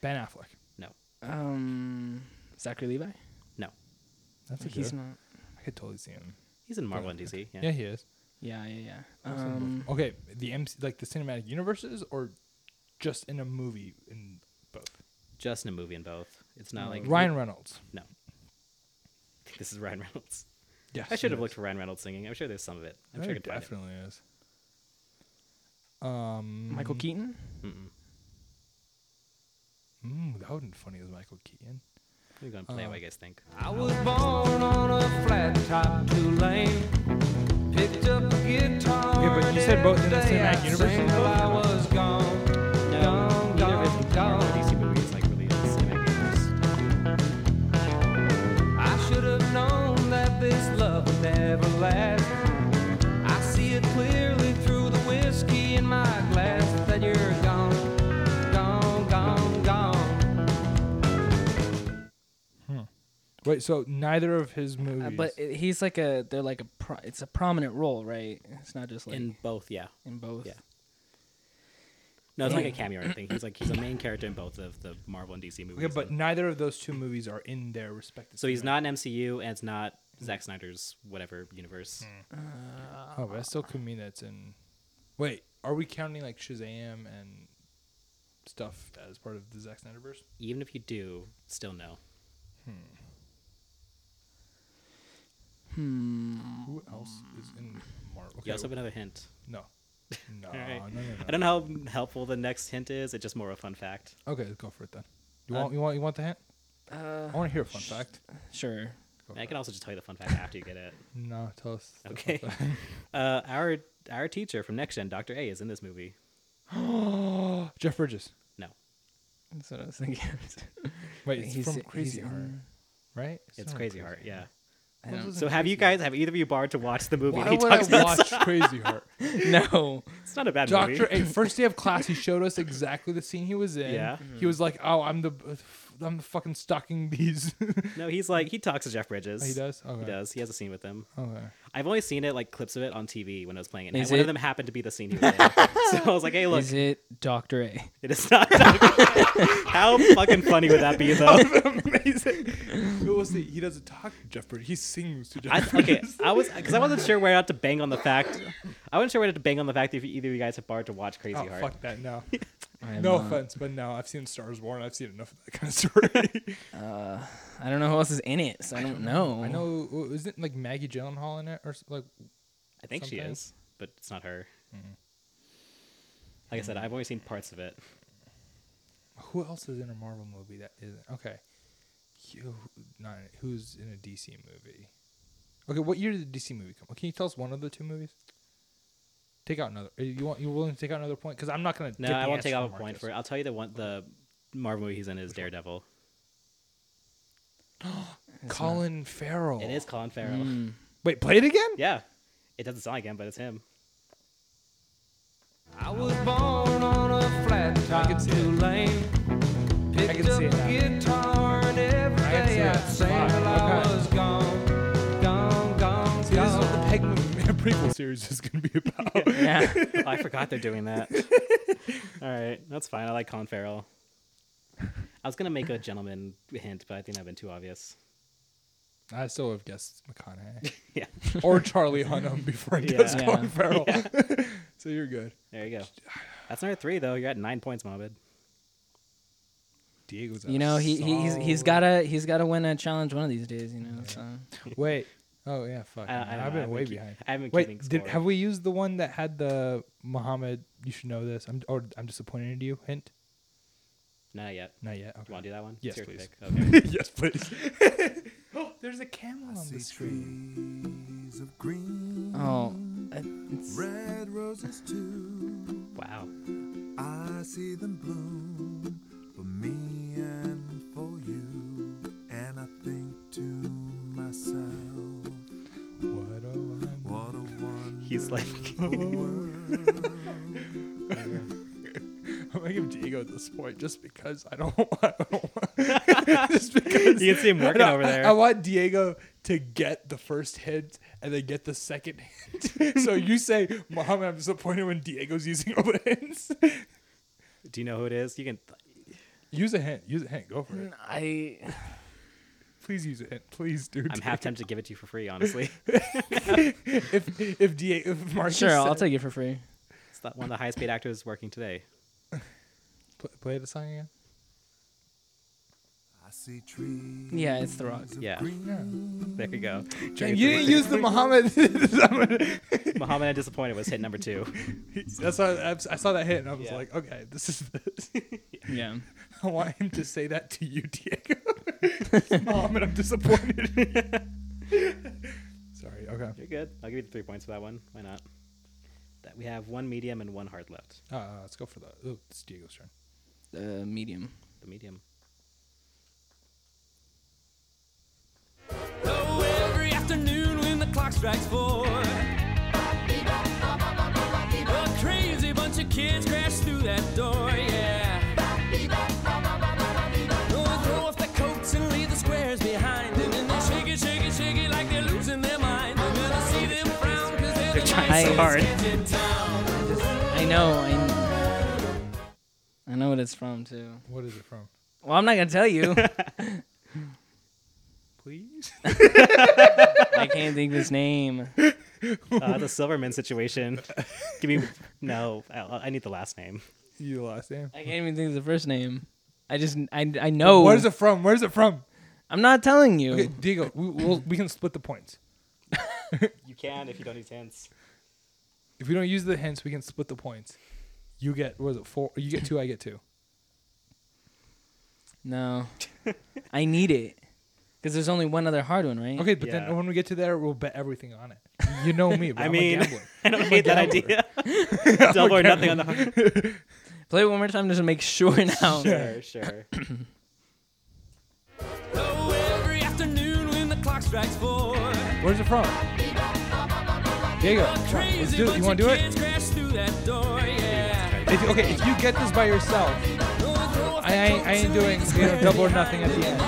[SPEAKER 1] Ben Affleck.
[SPEAKER 2] No.
[SPEAKER 3] Um, Zachary Levi.
[SPEAKER 2] No.
[SPEAKER 1] That's a
[SPEAKER 3] He's
[SPEAKER 1] good.
[SPEAKER 3] not.
[SPEAKER 1] I could totally see him.
[SPEAKER 2] He's in Marvel and DC. Yeah.
[SPEAKER 1] Yeah, he is.
[SPEAKER 3] Yeah, yeah, yeah. Um,
[SPEAKER 1] okay, the MC, like the cinematic universes, or just in a movie in both.
[SPEAKER 2] Just in a movie in both. It's not like
[SPEAKER 1] Ryan Reynolds.
[SPEAKER 2] No. I think This is Ryan Reynolds.
[SPEAKER 1] Yes,
[SPEAKER 2] I should
[SPEAKER 1] it
[SPEAKER 2] have
[SPEAKER 1] is.
[SPEAKER 2] looked for Ryan Reynolds singing. I'm sure there's some of it. I'm sure
[SPEAKER 1] There
[SPEAKER 2] I could find it.
[SPEAKER 1] definitely is. Um,
[SPEAKER 3] Michael Keaton.
[SPEAKER 1] mm, that wouldn't funny as Michael Keaton.
[SPEAKER 2] I'm gonna play what you guys think.
[SPEAKER 6] I was born on a flat top two lane. Picked up a guitar.
[SPEAKER 1] Yeah, but you said both in the
[SPEAKER 6] every day
[SPEAKER 1] cinematic
[SPEAKER 6] I'd
[SPEAKER 1] universe
[SPEAKER 6] sing
[SPEAKER 1] and
[SPEAKER 6] till
[SPEAKER 1] both?
[SPEAKER 6] I was gone.
[SPEAKER 2] No,
[SPEAKER 6] Gone,
[SPEAKER 2] neither of
[SPEAKER 6] gone,
[SPEAKER 2] his Marvel or
[SPEAKER 6] gone.
[SPEAKER 2] DC movies like really is cinematic universe.
[SPEAKER 6] I should have known that this love would never last. I see it clearly through the whiskey in my glass that you're gone, gone, gone, gone.
[SPEAKER 1] Wait, so neither of his movies.
[SPEAKER 3] Uh, but it- he's like a. They're like a. Pro, it's a prominent role, right? It's not just like in,
[SPEAKER 2] In both, yeah.
[SPEAKER 3] both.
[SPEAKER 2] yeah. No, it's like a cameo or anything. He's like he's a main character in both of the Marvel and DC movies.
[SPEAKER 1] okay, but
[SPEAKER 2] and-
[SPEAKER 1] neither of those two movies are in their respective.
[SPEAKER 2] so he's not an MCU and it's not Zack Snyder's whatever universe.
[SPEAKER 1] Hmm. Oh, but that still could mean that's in. Wait, are we counting like Shazam and stuff as part of the Zack Snyderverse?
[SPEAKER 2] Even if you do, still no.
[SPEAKER 1] Who else is in Marvel?
[SPEAKER 2] You also have another hint.
[SPEAKER 1] no. No,
[SPEAKER 2] right.
[SPEAKER 1] no, no, no.
[SPEAKER 2] I don't know how helpful the next hint is. It's just more of a fun fact.
[SPEAKER 1] Okay, let's go for it then. You want you want you want the hint?
[SPEAKER 3] Uh,
[SPEAKER 1] I want to hear a fun fact.
[SPEAKER 3] sure.
[SPEAKER 2] And I can also just tell you the fun fact after you get it.
[SPEAKER 1] No, tell us. the fun
[SPEAKER 2] Okay.
[SPEAKER 1] fact.
[SPEAKER 2] Uh, our our teacher from Next Gen, Doctor A, is in this movie.
[SPEAKER 1] Jeff Bridges.
[SPEAKER 2] No,
[SPEAKER 3] That's what I was thinking.
[SPEAKER 1] Wait, it's
[SPEAKER 3] He's-
[SPEAKER 1] from
[SPEAKER 3] he's
[SPEAKER 1] Crazy Heart,
[SPEAKER 3] in-
[SPEAKER 1] right?
[SPEAKER 2] it's
[SPEAKER 1] from
[SPEAKER 2] Crazy Heart. Yeah.
[SPEAKER 3] I don't-
[SPEAKER 2] So have you guys have either of you borrowed to watch the movie?
[SPEAKER 1] Why
[SPEAKER 2] that he
[SPEAKER 1] would I
[SPEAKER 2] talks about?
[SPEAKER 1] watch Crazy Heart?
[SPEAKER 3] no.
[SPEAKER 2] It's not a bad
[SPEAKER 1] Doctor
[SPEAKER 2] movie.
[SPEAKER 1] A. First day of class, he showed us exactly the scene he was in.
[SPEAKER 2] Yeah.
[SPEAKER 1] He was like, "Oh, I'm the, I'm the fucking stalking these."
[SPEAKER 2] No, he's like he talks to Jeff Bridges.
[SPEAKER 1] Oh, he does. Okay.
[SPEAKER 2] He does. He has a scene with him.
[SPEAKER 1] Okay.
[SPEAKER 2] I've only seen it like clips of it on TV when I was playing it. And
[SPEAKER 3] Is
[SPEAKER 2] one
[SPEAKER 3] it-
[SPEAKER 2] of them happened to be the scene he was in. so I was like, "Hey, look,
[SPEAKER 3] Is it Doctor A?
[SPEAKER 2] it is not." Doctor How fucking funny would that be, though?
[SPEAKER 1] Amazing. We'll see. He doesn't talk to Jeff Bridges. He sings to Jeff
[SPEAKER 2] I,
[SPEAKER 1] Bridges.
[SPEAKER 2] okay, I was because I wasn't sure where not to bang on the fact. I wasn't sure where to bang on the fact if either of you guys have borrowed to watch Crazy
[SPEAKER 1] Oh,
[SPEAKER 2] Heart.
[SPEAKER 1] fuck that. No.
[SPEAKER 3] I am
[SPEAKER 1] No
[SPEAKER 3] not-
[SPEAKER 1] offense, but no, I've seen Stars Born. I've seen enough of that kind of story.
[SPEAKER 3] I don't know who else is in it, so I don't know.
[SPEAKER 1] I know. w- Isn't like Maggie Gyllenhaal in it, or s- like?
[SPEAKER 2] I think she
[SPEAKER 1] Something.
[SPEAKER 2] is, but it's not her.
[SPEAKER 1] Mm-hmm.
[SPEAKER 2] Like I said, I've only seen parts of it.
[SPEAKER 1] Who else is in a Marvel movie that isn't? Okay. Who, not, who's in a DC movie? Okay, what year did the DC movie come? Can you tell us one of the two movies? Take out another. uh, You want you willing to take out another point? Because I'm not gonna.
[SPEAKER 2] No,
[SPEAKER 1] get
[SPEAKER 2] I
[SPEAKER 1] the
[SPEAKER 2] won't take
[SPEAKER 1] answer
[SPEAKER 2] off a
[SPEAKER 1] from
[SPEAKER 2] point
[SPEAKER 1] Marcus.
[SPEAKER 2] for it. I'll tell you the one the Marvel movie he's in is Daredevil.
[SPEAKER 1] Colin Farrell.
[SPEAKER 2] It is
[SPEAKER 3] Mm.
[SPEAKER 2] Colin Farrell.
[SPEAKER 1] Wait, play it again.
[SPEAKER 2] Yeah, it doesn't sound like him, but it's him.
[SPEAKER 6] I was born on a flat top
[SPEAKER 1] see
[SPEAKER 6] two lane. Picked
[SPEAKER 1] can
[SPEAKER 6] up
[SPEAKER 1] see
[SPEAKER 6] a
[SPEAKER 1] it now.
[SPEAKER 6] guitar and every
[SPEAKER 1] I can see
[SPEAKER 6] day
[SPEAKER 1] it
[SPEAKER 6] that same till I
[SPEAKER 1] okay.
[SPEAKER 6] was gone, gone, gone,
[SPEAKER 1] See, this is what the
[SPEAKER 6] gone.
[SPEAKER 1] Peg Movement prequel series is going to be about.
[SPEAKER 3] Yeah.
[SPEAKER 2] Oh, I forgot they're doing that. All right, that's fine. I like Colin Farrell. I was gonna make a gentleman hint, but I think that'd been too obvious.
[SPEAKER 1] I still have guessed McConaughey
[SPEAKER 2] Yeah,
[SPEAKER 1] or Charlie Hunnam before I guessed
[SPEAKER 2] Yeah.
[SPEAKER 1] Colin Farrell. so you're good.
[SPEAKER 2] there you go. That's number three, though. You're at nine points, Mohammed.
[SPEAKER 1] Diego's
[SPEAKER 3] You know, he, he he's he's gotta he's gotta win a challenge one of these days. You know, so
[SPEAKER 1] Wait. Oh yeah, fuck.
[SPEAKER 2] I- I
[SPEAKER 1] man.
[SPEAKER 2] don't know.
[SPEAKER 1] I've
[SPEAKER 2] I
[SPEAKER 1] been
[SPEAKER 2] haven't
[SPEAKER 1] way
[SPEAKER 2] keep-
[SPEAKER 1] behind.
[SPEAKER 2] I haven't keeping
[SPEAKER 1] Wait, did,
[SPEAKER 2] score.
[SPEAKER 1] have we used the one that had the Muhammad? You should know this. I'm or I'm disappointed in you. Hint.
[SPEAKER 2] Not yet.
[SPEAKER 1] Not yet. Okay.
[SPEAKER 2] Want to do that one?
[SPEAKER 1] Yes,
[SPEAKER 2] It's your
[SPEAKER 1] please.
[SPEAKER 2] pick. Okay.
[SPEAKER 1] yes, please. oh, there's a camel on the screen.
[SPEAKER 4] Trees of green,
[SPEAKER 3] oh, uh, it's,
[SPEAKER 4] red roses too.
[SPEAKER 2] wow.
[SPEAKER 4] I see them bloom for me and for you. And I think to myself,
[SPEAKER 1] What a wonderful
[SPEAKER 4] what a wonderful
[SPEAKER 2] He's like,
[SPEAKER 4] world.
[SPEAKER 1] I'm gonna give Diego at this point just because I don't. want- I don't want, just because
[SPEAKER 2] You can see him
[SPEAKER 1] I
[SPEAKER 2] working
[SPEAKER 1] don't-
[SPEAKER 2] over there.
[SPEAKER 1] I want Diego to get the first hint and then get the second hint. so you say, "Mohammed, I'm disappointed when Diego's using open hints."
[SPEAKER 2] do you know who it is? You can.
[SPEAKER 1] Use a hint. Use a hint. Go for it.
[SPEAKER 3] Mm, I
[SPEAKER 1] Please use a hint. Please, dude.
[SPEAKER 2] I'm half tempted to give it to you for free, honestly.
[SPEAKER 1] If if Diego, if Marcus
[SPEAKER 3] sure I'll
[SPEAKER 1] said-
[SPEAKER 3] take it for free.
[SPEAKER 2] It's the- one of the highest paid actors working today.
[SPEAKER 1] Pl- play the song again.
[SPEAKER 4] I see trees
[SPEAKER 3] Yeah, it's The Rock.
[SPEAKER 2] Yeah,
[SPEAKER 1] Yeah.
[SPEAKER 2] there we go.
[SPEAKER 1] you didn't use the Muhammad.
[SPEAKER 2] Mohammed, I'm disappointed, was hit number two.
[SPEAKER 1] That's why I, I saw that hit and I was
[SPEAKER 2] Yeah.
[SPEAKER 1] like, okay, this is this.
[SPEAKER 3] Yeah.
[SPEAKER 1] I want him to say that to you, Diego. Mom, and I'm disappointed. Sorry. Okay.
[SPEAKER 2] You're good. I'll give you the three points for that one. Why not? That we have one medium and one hard left.
[SPEAKER 1] Uh, let's go for the. Oh, it's Diego's turn.
[SPEAKER 3] Uh, medium.
[SPEAKER 2] The medium.
[SPEAKER 6] Though every afternoon when the clock strikes four, a crazy bunch of kids crash through that door, yeah. Though they throw off their coats and leave the squares behind, and then they shake it, shake it, shake it like they're losing their mind. And then I see them frown 'cause they're the
[SPEAKER 2] trying so
[SPEAKER 6] nicest
[SPEAKER 2] hard.
[SPEAKER 6] kids in town.
[SPEAKER 3] I know. I know. I know what it's from too.
[SPEAKER 1] What is it from?
[SPEAKER 3] Well, I'm not gonna tell you.
[SPEAKER 1] Please.
[SPEAKER 3] I can't think of his name.
[SPEAKER 2] Uh, the Silverman situation. Give me. No, I, I need the last name.
[SPEAKER 1] you lost, damn.
[SPEAKER 3] I can't even think of the first name. I just I, I know.
[SPEAKER 1] Where's it from? Where's it from?
[SPEAKER 3] I'm not telling you.
[SPEAKER 1] Okay, Diego, we, we'll, we can split the points.
[SPEAKER 2] You can if you don't use hints.
[SPEAKER 1] If we don't use the hints, we can split the points. You get what is it four? You get two. I get two.
[SPEAKER 3] No. I need it. Because there's only one other hard one, right?
[SPEAKER 1] Okay, but
[SPEAKER 2] Yeah.
[SPEAKER 1] then when we get to there, we'll bet everything on it. You know me. Bro.
[SPEAKER 2] I
[SPEAKER 1] I'm
[SPEAKER 2] mean,
[SPEAKER 1] a gambler.
[SPEAKER 2] I don't hate that idea. Double or nothing on the hard.
[SPEAKER 3] Play it one more time just to make sure now.
[SPEAKER 2] Sure, sure.
[SPEAKER 6] Though every afternoon when the clock strikes four,
[SPEAKER 1] Where's it from? Diego, come on, let's
[SPEAKER 6] crazy
[SPEAKER 1] do it. You
[SPEAKER 6] bunch
[SPEAKER 1] want
[SPEAKER 6] of
[SPEAKER 1] to do it?
[SPEAKER 6] kids crash through that door, yeah.
[SPEAKER 1] If, okay, if you get this by yourself, I ain't, I ain't doing you know, double or nothing at the end.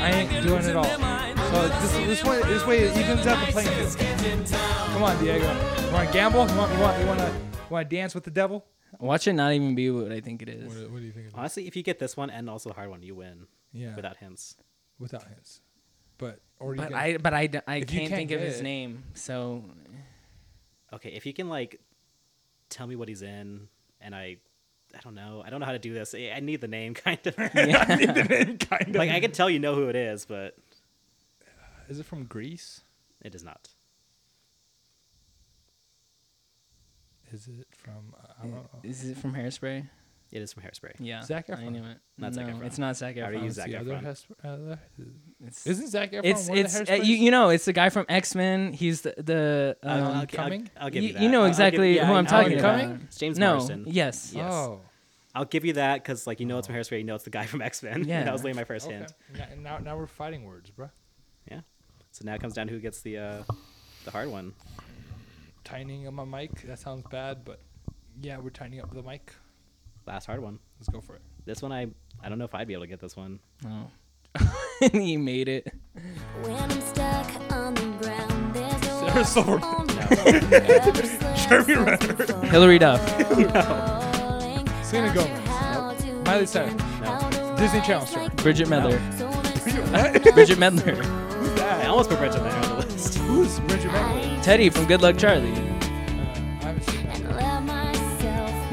[SPEAKER 1] I ain't doing it all. So this, this way this way it evens out the playing field. Come on, Diego. You want to gamble? You want you want you want to you want to dance with the devil?
[SPEAKER 3] Watch it not even be what I think it is.
[SPEAKER 1] do you think?
[SPEAKER 2] Honestly, if you get this one and also the hard one, you win
[SPEAKER 1] Yeah, without
[SPEAKER 2] without hints.
[SPEAKER 1] without hints, but or you
[SPEAKER 3] But
[SPEAKER 1] can,
[SPEAKER 3] I but I, d- I
[SPEAKER 1] If you
[SPEAKER 3] can't
[SPEAKER 1] can't
[SPEAKER 3] think of
[SPEAKER 1] get
[SPEAKER 3] his
[SPEAKER 1] it-
[SPEAKER 3] name. So
[SPEAKER 2] Okay, if you can like tell me what he's in, and I, I don't know, I don't know how to do this. I, I need the name, kind of.
[SPEAKER 1] kind of
[SPEAKER 2] like I can tell you know who it is, but
[SPEAKER 1] is it from Greece?
[SPEAKER 2] it is not.
[SPEAKER 1] Is it from uh, I don't know.
[SPEAKER 3] is it from Hairspray?
[SPEAKER 2] It is from Hairspray.
[SPEAKER 3] Yeah.
[SPEAKER 1] Zac
[SPEAKER 3] I
[SPEAKER 1] Efron.
[SPEAKER 3] knew it.
[SPEAKER 2] Not
[SPEAKER 3] no,
[SPEAKER 2] Zac Efron.
[SPEAKER 3] it's not Zac
[SPEAKER 2] I already
[SPEAKER 3] Efron.
[SPEAKER 2] used Zac
[SPEAKER 1] The other
[SPEAKER 2] Efron.
[SPEAKER 1] has- other-
[SPEAKER 3] It's
[SPEAKER 1] Isn't Zac Efron
[SPEAKER 3] it's,
[SPEAKER 1] one
[SPEAKER 3] it's
[SPEAKER 1] of
[SPEAKER 3] uh,
[SPEAKER 1] the Hairsprays?
[SPEAKER 3] you, you know it's the guy from X Men. He's the the
[SPEAKER 1] Uh,
[SPEAKER 2] I'll- I'll-
[SPEAKER 3] um,
[SPEAKER 2] I'll-
[SPEAKER 1] Cumming?
[SPEAKER 2] I'll, give
[SPEAKER 3] Y-
[SPEAKER 2] you that.
[SPEAKER 3] you know
[SPEAKER 2] I'll- I'll
[SPEAKER 3] exactly
[SPEAKER 2] give- yeah,
[SPEAKER 3] who
[SPEAKER 2] I-
[SPEAKER 3] I'm
[SPEAKER 2] I'll
[SPEAKER 3] talking
[SPEAKER 2] give you
[SPEAKER 1] about.
[SPEAKER 2] that. It's James
[SPEAKER 3] no.
[SPEAKER 2] Morrison.
[SPEAKER 3] Yes.
[SPEAKER 2] yes.
[SPEAKER 1] Oh,
[SPEAKER 2] I'll give you that because like you know it's from Hairspray. You know it's the guy from X Men.
[SPEAKER 3] Yeah.
[SPEAKER 2] that was laying my first
[SPEAKER 1] okay.
[SPEAKER 2] hand.
[SPEAKER 1] Now, now now we're fighting words, bruh.
[SPEAKER 2] Yeah. So now it comes down to who gets the uh, the hard one.
[SPEAKER 1] Tightening up my mic. That sounds bad, but yeah, we're tightening up the mic.
[SPEAKER 2] Last hard one.
[SPEAKER 1] Let's go for it.
[SPEAKER 2] This one I I don't know if I'd be able to get this one.
[SPEAKER 3] Oh. and he made it.
[SPEAKER 7] When I'm stuck on the ground, there's no
[SPEAKER 1] Sarah Silverman. Jeremy Renner.
[SPEAKER 3] Hillary Duff.
[SPEAKER 1] Selena Gomez. Miley Cyrus. Disney Channel star.
[SPEAKER 3] Bridget Medler.
[SPEAKER 1] What?
[SPEAKER 3] Bridget Medler.
[SPEAKER 2] I almost put Bridget Medler on the list.
[SPEAKER 1] Who's Bridget Medler?
[SPEAKER 3] Teddy from Good Luck Charlie.
[SPEAKER 1] I'm sure.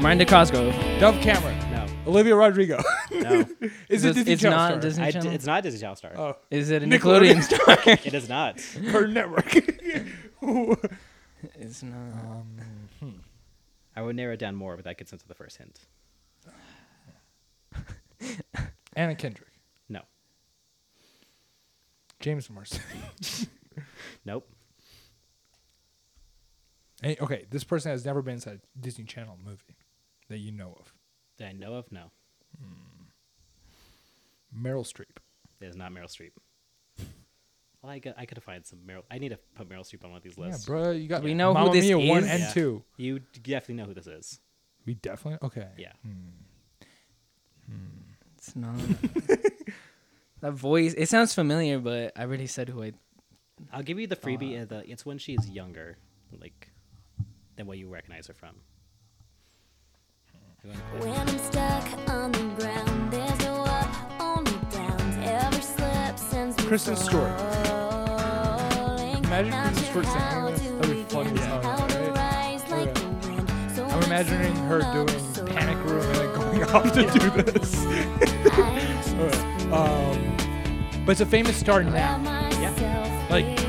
[SPEAKER 3] Miranda Cosgrove.
[SPEAKER 1] Dove Cameron.
[SPEAKER 2] No,
[SPEAKER 1] Olivia Rodrigo.
[SPEAKER 2] no,
[SPEAKER 1] Is it
[SPEAKER 3] It's-
[SPEAKER 1] Disney
[SPEAKER 3] it's
[SPEAKER 1] Channel
[SPEAKER 3] not
[SPEAKER 1] star?
[SPEAKER 3] Disney-
[SPEAKER 2] I
[SPEAKER 3] Channel?
[SPEAKER 2] d- it's not a Disney Channel star.
[SPEAKER 1] Oh,
[SPEAKER 3] Is it a
[SPEAKER 1] Nickelodeon.
[SPEAKER 3] Nickelodeon star?
[SPEAKER 2] It is not.
[SPEAKER 1] Cartoon Network.
[SPEAKER 3] it's not.
[SPEAKER 2] I would narrow it down more, but that gets into the first hint.
[SPEAKER 1] Anna Kendrick.
[SPEAKER 2] No,
[SPEAKER 1] James Marsden.
[SPEAKER 2] nope.
[SPEAKER 1] Hey, okay, this person has never been inside a Disney Channel movie that you know of.
[SPEAKER 2] That I know of, no.
[SPEAKER 1] Meryl Streep.
[SPEAKER 2] It is not Meryl Streep. Well, I, could- I could have found some Meryl. I need to put Meryl Streep on one of these
[SPEAKER 1] Yeah,
[SPEAKER 2] lists.
[SPEAKER 1] bro, you got
[SPEAKER 3] We know who
[SPEAKER 1] Mamma
[SPEAKER 3] this
[SPEAKER 1] Mia one
[SPEAKER 3] is.
[SPEAKER 1] and
[SPEAKER 2] Yeah.
[SPEAKER 1] two.
[SPEAKER 2] You d- definitely know who this is.
[SPEAKER 1] We definitely okay. Hmm.
[SPEAKER 2] Yeah.
[SPEAKER 3] It's not. that voice. It sounds familiar, but I already said who I.
[SPEAKER 2] I'll give you the freebie.
[SPEAKER 1] Uh,
[SPEAKER 2] and the, it's when she's younger, like, than what you recognize her from. You wanna quit?
[SPEAKER 1] Hmm.
[SPEAKER 7] When I'm stuck on the ground, there's no up, only downs. Every slip sends me
[SPEAKER 1] Kristen Stewart.
[SPEAKER 7] falling.
[SPEAKER 1] Imagine
[SPEAKER 7] Not
[SPEAKER 1] Kristen
[SPEAKER 7] sure
[SPEAKER 1] Stewart singing
[SPEAKER 7] how
[SPEAKER 1] this.
[SPEAKER 7] to
[SPEAKER 1] That'd be funny
[SPEAKER 7] begin,
[SPEAKER 1] as hell,
[SPEAKER 7] how to
[SPEAKER 1] right?
[SPEAKER 7] rise like
[SPEAKER 1] Yeah.
[SPEAKER 7] the wind. So
[SPEAKER 1] I'm imagining her
[SPEAKER 7] soon
[SPEAKER 1] doing
[SPEAKER 7] I'll be
[SPEAKER 1] Panic Room and then going off to do this.
[SPEAKER 7] soaring. I just
[SPEAKER 1] Um, but it's a famous star
[SPEAKER 7] let
[SPEAKER 1] now.
[SPEAKER 7] myself
[SPEAKER 1] Like-
[SPEAKER 7] believe.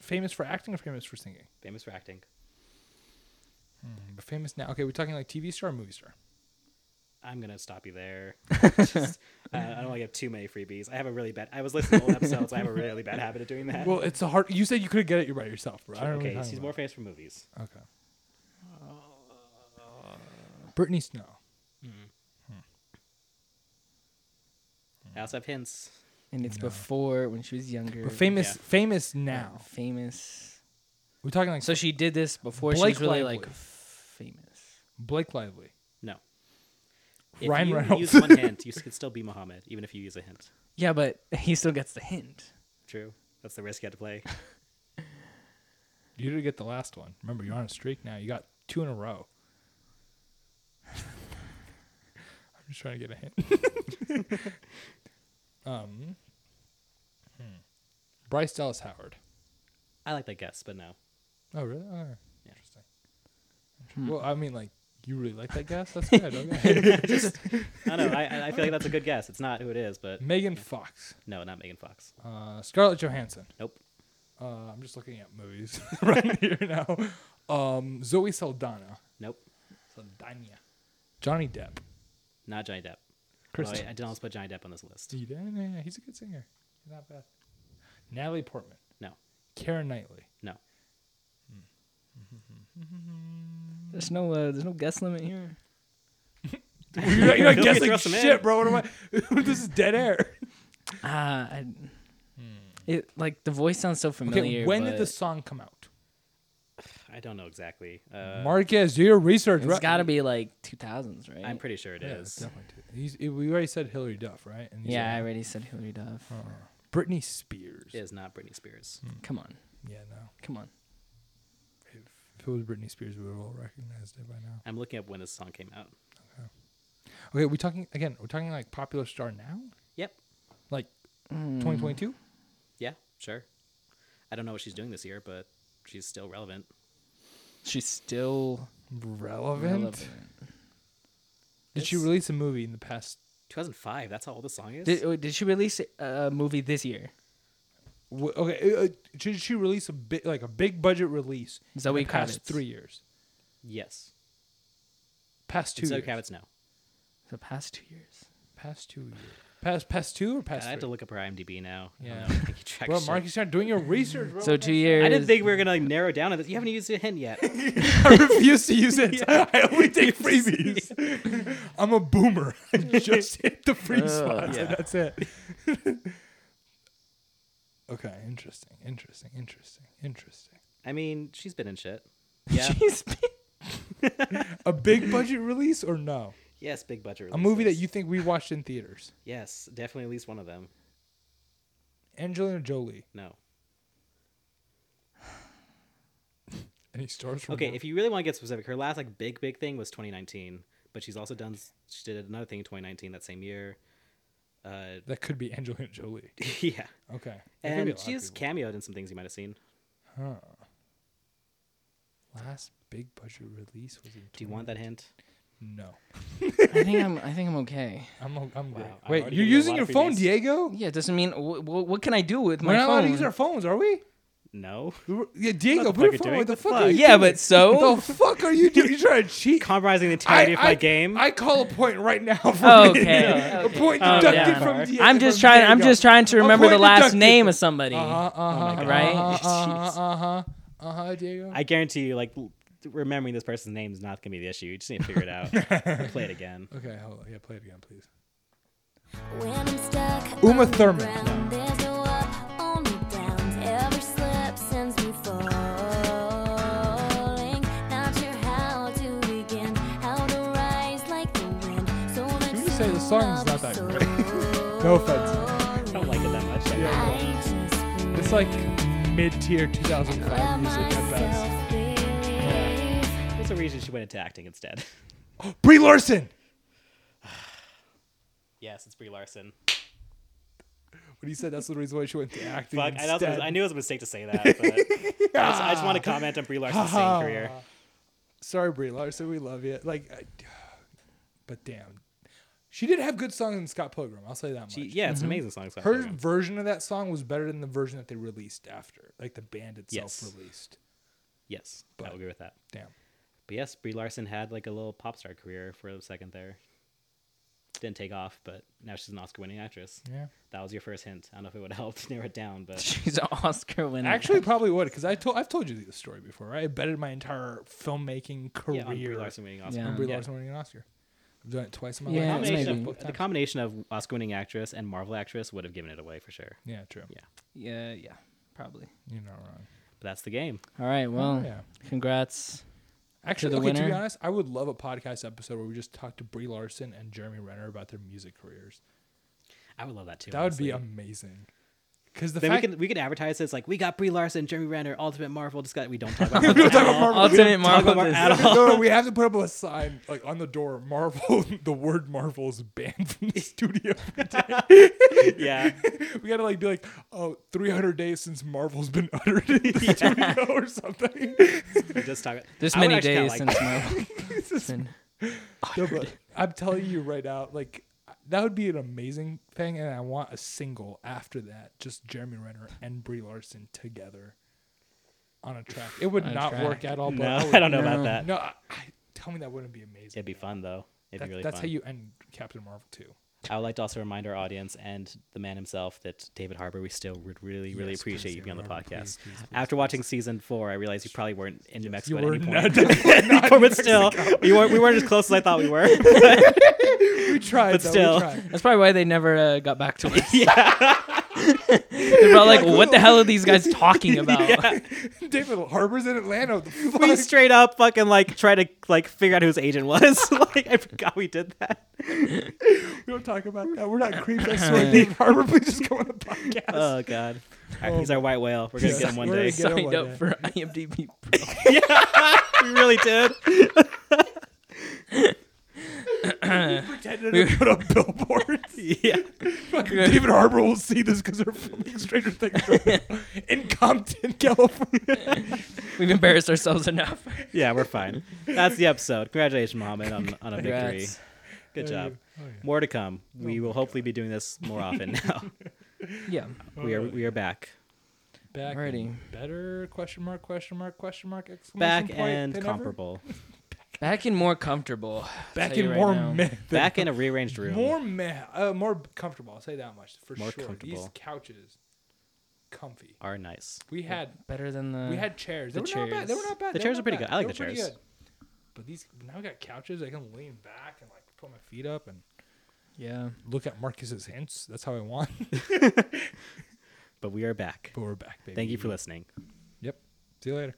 [SPEAKER 1] Famous for acting or famous for singing?
[SPEAKER 2] Famous for acting.
[SPEAKER 1] But famous now. Okay, we're talking like TV star or movie star?
[SPEAKER 2] I'm gonna stop you there. Just, uh, I don't want to give too many freebies. I have a really bad. I was listening to old episodes. I have a really bad habit of doing that.
[SPEAKER 1] Well, it's a hard. You said you could get it by yourself, bro. I don't know what
[SPEAKER 2] okay,
[SPEAKER 1] you're
[SPEAKER 2] she's
[SPEAKER 1] talking
[SPEAKER 2] more famous for movies.
[SPEAKER 1] about. Okay. Brittany Snow.
[SPEAKER 2] I also have hints.
[SPEAKER 3] And it's before when she was younger.
[SPEAKER 1] But famous,
[SPEAKER 2] Yeah.
[SPEAKER 1] famous now.
[SPEAKER 3] Famous.
[SPEAKER 1] We're talking like
[SPEAKER 3] So she did this before she
[SPEAKER 1] Blake
[SPEAKER 3] was really
[SPEAKER 1] Lively.
[SPEAKER 3] like famous.
[SPEAKER 1] Blake Lively.
[SPEAKER 2] No.
[SPEAKER 1] Ryan
[SPEAKER 2] you
[SPEAKER 1] Reynolds.
[SPEAKER 2] use one hint, you could still be Muhammad, even if you use a hint.
[SPEAKER 3] Yeah, but he still gets the hint.
[SPEAKER 2] True. That's the risk you had to play.
[SPEAKER 1] You did get the last one. Remember, you're on a streak now. You got two in a row. I'm just trying to get a hint. um, hmm. Bryce Dallas Howard.
[SPEAKER 2] I like that guess, but no.
[SPEAKER 1] Oh, really? Oh,
[SPEAKER 2] Yeah.
[SPEAKER 1] interesting.
[SPEAKER 2] Hmm.
[SPEAKER 1] Well, I mean, like, you really like that guess? That's good. Okay.
[SPEAKER 2] I don't know. I- I, I feel like that's a good guess. It's not who it is, but
[SPEAKER 1] Megan Fox.
[SPEAKER 2] no, not Megan Fox.
[SPEAKER 1] Uh, Scarlett Johansson.
[SPEAKER 2] Nope.
[SPEAKER 1] Uh, I'm just looking at movies right here now. Um, Zoe Saldana.
[SPEAKER 2] Nope.
[SPEAKER 1] Saldana. Johnny Depp.
[SPEAKER 2] Not Johnny Depp. Although
[SPEAKER 1] Kristen.
[SPEAKER 2] Oh, I, I did almost put Johnny Depp on this list.
[SPEAKER 1] He did? Yeah, he's a good singer. He's not bad. Natalie Portman.
[SPEAKER 2] No.
[SPEAKER 1] Karen Knightley.
[SPEAKER 2] No.
[SPEAKER 3] There's no uh, there's no guess limit here.
[SPEAKER 1] You're not, you're not
[SPEAKER 2] Feel free to
[SPEAKER 1] guessing
[SPEAKER 2] throw some in.
[SPEAKER 1] shit, bro. What am I? this is dead air.
[SPEAKER 3] Ah, I,
[SPEAKER 2] Hmm.
[SPEAKER 3] it like the voice sounds so familiar.
[SPEAKER 1] Okay, when did the
[SPEAKER 3] but
[SPEAKER 1] song come out?
[SPEAKER 2] I don't know exactly. Uh,
[SPEAKER 1] Marquez, do your research.
[SPEAKER 3] It's
[SPEAKER 1] right?
[SPEAKER 3] got to be like 2000s, right?
[SPEAKER 2] I'm pretty sure it
[SPEAKER 1] Yeah,
[SPEAKER 2] is.
[SPEAKER 1] it's definitely two- He's, it- we already said Hillary Duff, right? And he's
[SPEAKER 3] Yeah, I
[SPEAKER 1] like,
[SPEAKER 3] already said Hillary Duff.
[SPEAKER 1] Britney Spears.
[SPEAKER 2] It is not Britney Spears.
[SPEAKER 1] Hmm.
[SPEAKER 3] Come on,
[SPEAKER 1] Yeah, no.
[SPEAKER 3] come on.
[SPEAKER 1] If, if it was Britney Spears, we would have all recognized it by now.
[SPEAKER 2] I'm looking up when this song came out.
[SPEAKER 1] Okay, we talking again? We're talking like popular star now,
[SPEAKER 2] Yep.
[SPEAKER 1] like
[SPEAKER 3] Mm.
[SPEAKER 1] 2022.
[SPEAKER 2] Yeah, sure. I don't know what she's doing this year, but she's still relevant.
[SPEAKER 3] She's still
[SPEAKER 1] Relevant?
[SPEAKER 3] relevant.
[SPEAKER 1] Did she
[SPEAKER 2] It's-
[SPEAKER 1] release a movie in the past?
[SPEAKER 2] 2005. That's how old the song is.
[SPEAKER 3] Did, oh, did she release a movie this year?
[SPEAKER 1] W- okay, uh, uh, did she release a bit like a big budget release?
[SPEAKER 3] Zoe
[SPEAKER 1] in the past
[SPEAKER 3] Kravitz.
[SPEAKER 1] three years,
[SPEAKER 2] yes.
[SPEAKER 1] past two,
[SPEAKER 2] It's Zoe
[SPEAKER 1] years.
[SPEAKER 2] Kravitz now.
[SPEAKER 3] The past two years.
[SPEAKER 1] past two years, past past two or past?
[SPEAKER 2] I have to
[SPEAKER 1] three?
[SPEAKER 2] look up her IMDb now. I don't
[SPEAKER 1] Yeah.
[SPEAKER 2] know. I keep track
[SPEAKER 1] Bro,
[SPEAKER 2] of shit.
[SPEAKER 1] Marcus, you're not doing your research. Bro.
[SPEAKER 3] So two years.
[SPEAKER 2] I didn't think we were gonna like, narrow down on this. You haven't used a hint yet.
[SPEAKER 1] I refuse to use it. I only take freebies. I'm a boomer. I just hit the free
[SPEAKER 2] Uh,
[SPEAKER 1] spots, and that's it. okay, interesting, interesting, interesting, interesting.
[SPEAKER 2] I mean, she's been in shit. Yeah.
[SPEAKER 3] She's been-
[SPEAKER 1] A big budget release or no?
[SPEAKER 2] Yes, big budget.
[SPEAKER 1] A movie that
[SPEAKER 2] releases.
[SPEAKER 1] you think we watched in theaters.
[SPEAKER 2] Yes, definitely at least one of them.
[SPEAKER 1] Angelina Jolie.
[SPEAKER 2] No.
[SPEAKER 1] Any stars from
[SPEAKER 2] Okay, if you really want to get specific, her last like big big thing was 2019, but she's also done she did another thing in 2019 that same year. Uh,
[SPEAKER 1] that could be Angelina Jolie.
[SPEAKER 2] yeah,
[SPEAKER 1] Okay. That could be a
[SPEAKER 2] and
[SPEAKER 1] lot of
[SPEAKER 2] she's
[SPEAKER 1] people.
[SPEAKER 2] cameoed in some things you might have seen.
[SPEAKER 1] last big budget release was in
[SPEAKER 2] Do you want that hint?
[SPEAKER 1] No.
[SPEAKER 3] I think I'm. I think I'm okay.
[SPEAKER 1] I'm o- I'm great.
[SPEAKER 2] I've
[SPEAKER 1] Wait,
[SPEAKER 2] already
[SPEAKER 1] you're
[SPEAKER 2] given you a
[SPEAKER 1] using
[SPEAKER 2] lot
[SPEAKER 1] your
[SPEAKER 2] of
[SPEAKER 1] phone,
[SPEAKER 2] freebies.
[SPEAKER 1] Diego?
[SPEAKER 3] Yeah, it doesn't mean. Wh- wh- what can I do with
[SPEAKER 1] We're
[SPEAKER 3] my
[SPEAKER 1] not allowed to use
[SPEAKER 3] phone?
[SPEAKER 1] our phones, are we?
[SPEAKER 2] No.
[SPEAKER 1] We were- Yeah, Diego,
[SPEAKER 2] What the
[SPEAKER 1] put your
[SPEAKER 2] fuck are
[SPEAKER 1] phone.
[SPEAKER 2] you
[SPEAKER 1] What
[SPEAKER 2] doing?
[SPEAKER 1] the
[SPEAKER 2] The
[SPEAKER 1] fuck?
[SPEAKER 2] fuck?
[SPEAKER 1] Are you
[SPEAKER 3] Uh, yeah,
[SPEAKER 1] doing?
[SPEAKER 3] but so.
[SPEAKER 1] the fuck are you doing? You're trying to cheat.
[SPEAKER 2] Compromising the entirety of my game.
[SPEAKER 1] I call a point right now. For
[SPEAKER 3] Okay, Oh,
[SPEAKER 1] me.
[SPEAKER 3] Yeah.
[SPEAKER 1] a point
[SPEAKER 2] Oh,
[SPEAKER 3] Calm
[SPEAKER 1] deducted
[SPEAKER 3] down.
[SPEAKER 1] from Diego.
[SPEAKER 3] I'm just trying. I'm just trying to remember
[SPEAKER 1] point
[SPEAKER 3] the last
[SPEAKER 1] deducted.
[SPEAKER 3] name of somebody.
[SPEAKER 1] Uh huh. Uh huh.
[SPEAKER 3] Right?
[SPEAKER 1] Uh
[SPEAKER 3] Jeez.
[SPEAKER 1] huh. Uh huh. Uh huh. Diego.
[SPEAKER 2] I guarantee you, like l- remembering this person's name is not gonna be the issue. You just need to figure it out. and play it again.
[SPEAKER 1] Okay, hold on. Yeah, play it again, please.
[SPEAKER 7] When I'm stuck
[SPEAKER 1] Uma
[SPEAKER 7] on the
[SPEAKER 1] Thurman.
[SPEAKER 7] ground, there's no up, only downs. Every slip sends me falling. Not sure how to begin, how to rise like the wind. So much
[SPEAKER 1] we just say the
[SPEAKER 7] soon
[SPEAKER 1] song's
[SPEAKER 7] I'll
[SPEAKER 1] not
[SPEAKER 7] be
[SPEAKER 1] that great? No offense.
[SPEAKER 2] I don't like it that much.
[SPEAKER 7] I just
[SPEAKER 1] It's like mid-tier 2005
[SPEAKER 7] let
[SPEAKER 1] music at best.
[SPEAKER 7] myself believe.
[SPEAKER 2] There's a reason she went into acting instead.
[SPEAKER 1] Brie Larson.
[SPEAKER 2] yes, it's Brie Larson.
[SPEAKER 1] When you said that's the reason why she went to acting
[SPEAKER 2] Fuck, I, know it was-
[SPEAKER 1] instead.
[SPEAKER 2] I knew it was a mistake to say that, but I, just, I just want to comment on Brie Larson's
[SPEAKER 1] Ah.
[SPEAKER 2] singing career.
[SPEAKER 1] Sorry, Brie Larson, we love you. Like, I, but damn, she did have good songs in Scott Pilgrim. I'll say that much.
[SPEAKER 2] She, yeah, it's an amazing song. so I
[SPEAKER 1] Mm-hmm. Her
[SPEAKER 2] love it.
[SPEAKER 1] version of that song was better than the version that they released after, like the band itself
[SPEAKER 2] Yes.
[SPEAKER 1] released.
[SPEAKER 2] yes, I
[SPEAKER 1] but-
[SPEAKER 2] will agree with that.
[SPEAKER 1] Damn.
[SPEAKER 2] But yes, Brie Larson had like a little pop star career for a second there. Didn't take off, but now she's an Oscar-winning actress.
[SPEAKER 1] Yeah.
[SPEAKER 2] That was your first hint. I don't know if it would help to narrow it down, but
[SPEAKER 3] She's an Oscar winner.
[SPEAKER 1] Actually, probably would because I told I've told you this story before. Right? I betted my entire filmmaking career
[SPEAKER 2] yeah, on Brie Larson winning Oscar.
[SPEAKER 1] on
[SPEAKER 3] Yeah.
[SPEAKER 1] Brie
[SPEAKER 2] Yeah.
[SPEAKER 1] Larson winning an Oscar. I've done it twice in my
[SPEAKER 3] Yeah,
[SPEAKER 1] life.
[SPEAKER 3] it's
[SPEAKER 2] Combination
[SPEAKER 3] maybe.
[SPEAKER 2] of, the combination of Oscar-winning actress and Marvel actress would have given it away for sure.
[SPEAKER 1] yeah, true.
[SPEAKER 2] Yeah.
[SPEAKER 3] yeah, yeah, probably.
[SPEAKER 1] You're not wrong.
[SPEAKER 2] But that's the game.
[SPEAKER 3] All right.
[SPEAKER 2] Oh,
[SPEAKER 3] Well,
[SPEAKER 1] yeah.
[SPEAKER 3] congrats.
[SPEAKER 1] Actually,
[SPEAKER 3] the
[SPEAKER 1] okay, to be
[SPEAKER 3] winner.
[SPEAKER 1] honest, I would love a podcast episode where we just talk to Brie Larson and Jeremy Renner about their music careers.
[SPEAKER 2] I would love that too.
[SPEAKER 1] That would be
[SPEAKER 2] honestly.
[SPEAKER 1] amazing. Because the
[SPEAKER 2] Then we
[SPEAKER 1] fact
[SPEAKER 2] can we can advertise this like we got Brie Larson, Jeremy Renner, Ultimate Marvel. Just got we don't talk about Marvel.
[SPEAKER 1] we,
[SPEAKER 3] Ultimate Marvel.
[SPEAKER 2] about
[SPEAKER 3] dis-
[SPEAKER 2] Adam.
[SPEAKER 1] no, no, we have to put up a sign like on the door. Marvel, the word Marvel is banned from the studio.
[SPEAKER 2] yeah,
[SPEAKER 1] we gotta like be like, oh, 300 days since Marvel's been uttered in the studio or something.
[SPEAKER 2] we just talk.
[SPEAKER 3] There's
[SPEAKER 2] I would
[SPEAKER 3] many
[SPEAKER 2] actually kinda
[SPEAKER 3] days
[SPEAKER 2] like
[SPEAKER 3] since
[SPEAKER 2] that.
[SPEAKER 3] my.
[SPEAKER 1] No, but I'm telling you right now, like that would be an amazing thing, and I want a single after that, just Jeremy Renner and Brie Larson together on a track. It would
[SPEAKER 3] On a
[SPEAKER 1] not
[SPEAKER 3] track.
[SPEAKER 1] work at all. But
[SPEAKER 2] No,
[SPEAKER 1] would-
[SPEAKER 2] I don't know about that.
[SPEAKER 1] No, I, I, tell me that wouldn't be amazing.
[SPEAKER 2] It'd be fun though. It'd
[SPEAKER 1] That-
[SPEAKER 2] be really
[SPEAKER 1] that's
[SPEAKER 2] fun.
[SPEAKER 1] how you end Captain Marvel too.
[SPEAKER 2] I would like to also remind our audience and the man himself that David Harbour, we still would really, really
[SPEAKER 1] Yes,
[SPEAKER 2] appreciate
[SPEAKER 1] please,
[SPEAKER 2] you being on the
[SPEAKER 1] David Harbour,
[SPEAKER 2] podcast.
[SPEAKER 1] please, please, please,
[SPEAKER 2] After watching season four, I realized you probably weren't in New Mexico
[SPEAKER 1] You were
[SPEAKER 2] at any
[SPEAKER 1] not-
[SPEAKER 2] point. but still, we weren't, we weren't as close as I thought we were.
[SPEAKER 1] we tried,
[SPEAKER 2] But
[SPEAKER 1] though, we
[SPEAKER 2] still.
[SPEAKER 1] tried.
[SPEAKER 3] That's probably why they never uh, got back to us. yeah. They're probably like, what the hell are these guys talking about?
[SPEAKER 1] David Harbor's in Atlanta. What the fuck?
[SPEAKER 2] we straight up fucking like try to like figure out who his agent was. like I forgot we did that.
[SPEAKER 1] We don't talk about that. We're not creeps. I swear, David Harbor, please just go on the podcast.
[SPEAKER 2] Oh god, All right, he's our white whale. We're gonna
[SPEAKER 1] Yeah.
[SPEAKER 2] get him one
[SPEAKER 1] We're
[SPEAKER 2] day.
[SPEAKER 1] gonna
[SPEAKER 3] Signed
[SPEAKER 1] Yeah.
[SPEAKER 3] up for IMDb.
[SPEAKER 2] we really did.
[SPEAKER 1] pretended to put up billboards.
[SPEAKER 2] Yeah.
[SPEAKER 1] Fucking David Harbour will see this because they're filming Stranger Things right now in Compton, California.
[SPEAKER 3] We've embarrassed ourselves enough.
[SPEAKER 2] Yeah, we're fine. That's the episode. Congratulations, Mohammed, on, on a victory.
[SPEAKER 3] Congrats.
[SPEAKER 2] Good
[SPEAKER 1] Thank
[SPEAKER 2] job.
[SPEAKER 1] you. Oh, yeah.
[SPEAKER 2] More to come. We will hopefully be doing this more often now.
[SPEAKER 3] Yeah.
[SPEAKER 2] we are we are back.
[SPEAKER 1] Back
[SPEAKER 3] Alrighty.
[SPEAKER 1] and better? Question mark? Question mark? Question mark? Exclamation
[SPEAKER 2] Back
[SPEAKER 1] point,
[SPEAKER 2] and
[SPEAKER 1] than ever?
[SPEAKER 2] comparable.
[SPEAKER 3] Back and more comfortable.
[SPEAKER 1] Back
[SPEAKER 3] Tell you
[SPEAKER 1] in
[SPEAKER 3] right
[SPEAKER 1] more
[SPEAKER 3] now.
[SPEAKER 1] meh. than-
[SPEAKER 2] Back in a rearranged room.
[SPEAKER 1] more meh. Uh, more comfortable. I'll say that much for
[SPEAKER 2] More
[SPEAKER 1] sure. These
[SPEAKER 2] comfortable.
[SPEAKER 1] couches, comfy.
[SPEAKER 2] are nice.
[SPEAKER 1] We had
[SPEAKER 3] Better than the.
[SPEAKER 1] we had chairs. They
[SPEAKER 3] the
[SPEAKER 1] were not bad. They were
[SPEAKER 3] chairs.
[SPEAKER 1] not bad.
[SPEAKER 2] Uh, The
[SPEAKER 1] They
[SPEAKER 2] chairs
[SPEAKER 1] were
[SPEAKER 2] are pretty
[SPEAKER 1] not
[SPEAKER 2] good.
[SPEAKER 1] bad.
[SPEAKER 2] I like
[SPEAKER 1] They
[SPEAKER 2] the
[SPEAKER 1] were pretty
[SPEAKER 2] chairs.
[SPEAKER 1] good. But these now we got couches. I can lean back and like put my feet up and
[SPEAKER 3] Yeah.
[SPEAKER 1] look at Marcus's hints. That's how I want.
[SPEAKER 2] But we are back.
[SPEAKER 1] but we're back, baby.
[SPEAKER 2] Thank you for listening.
[SPEAKER 1] Yep. See you later.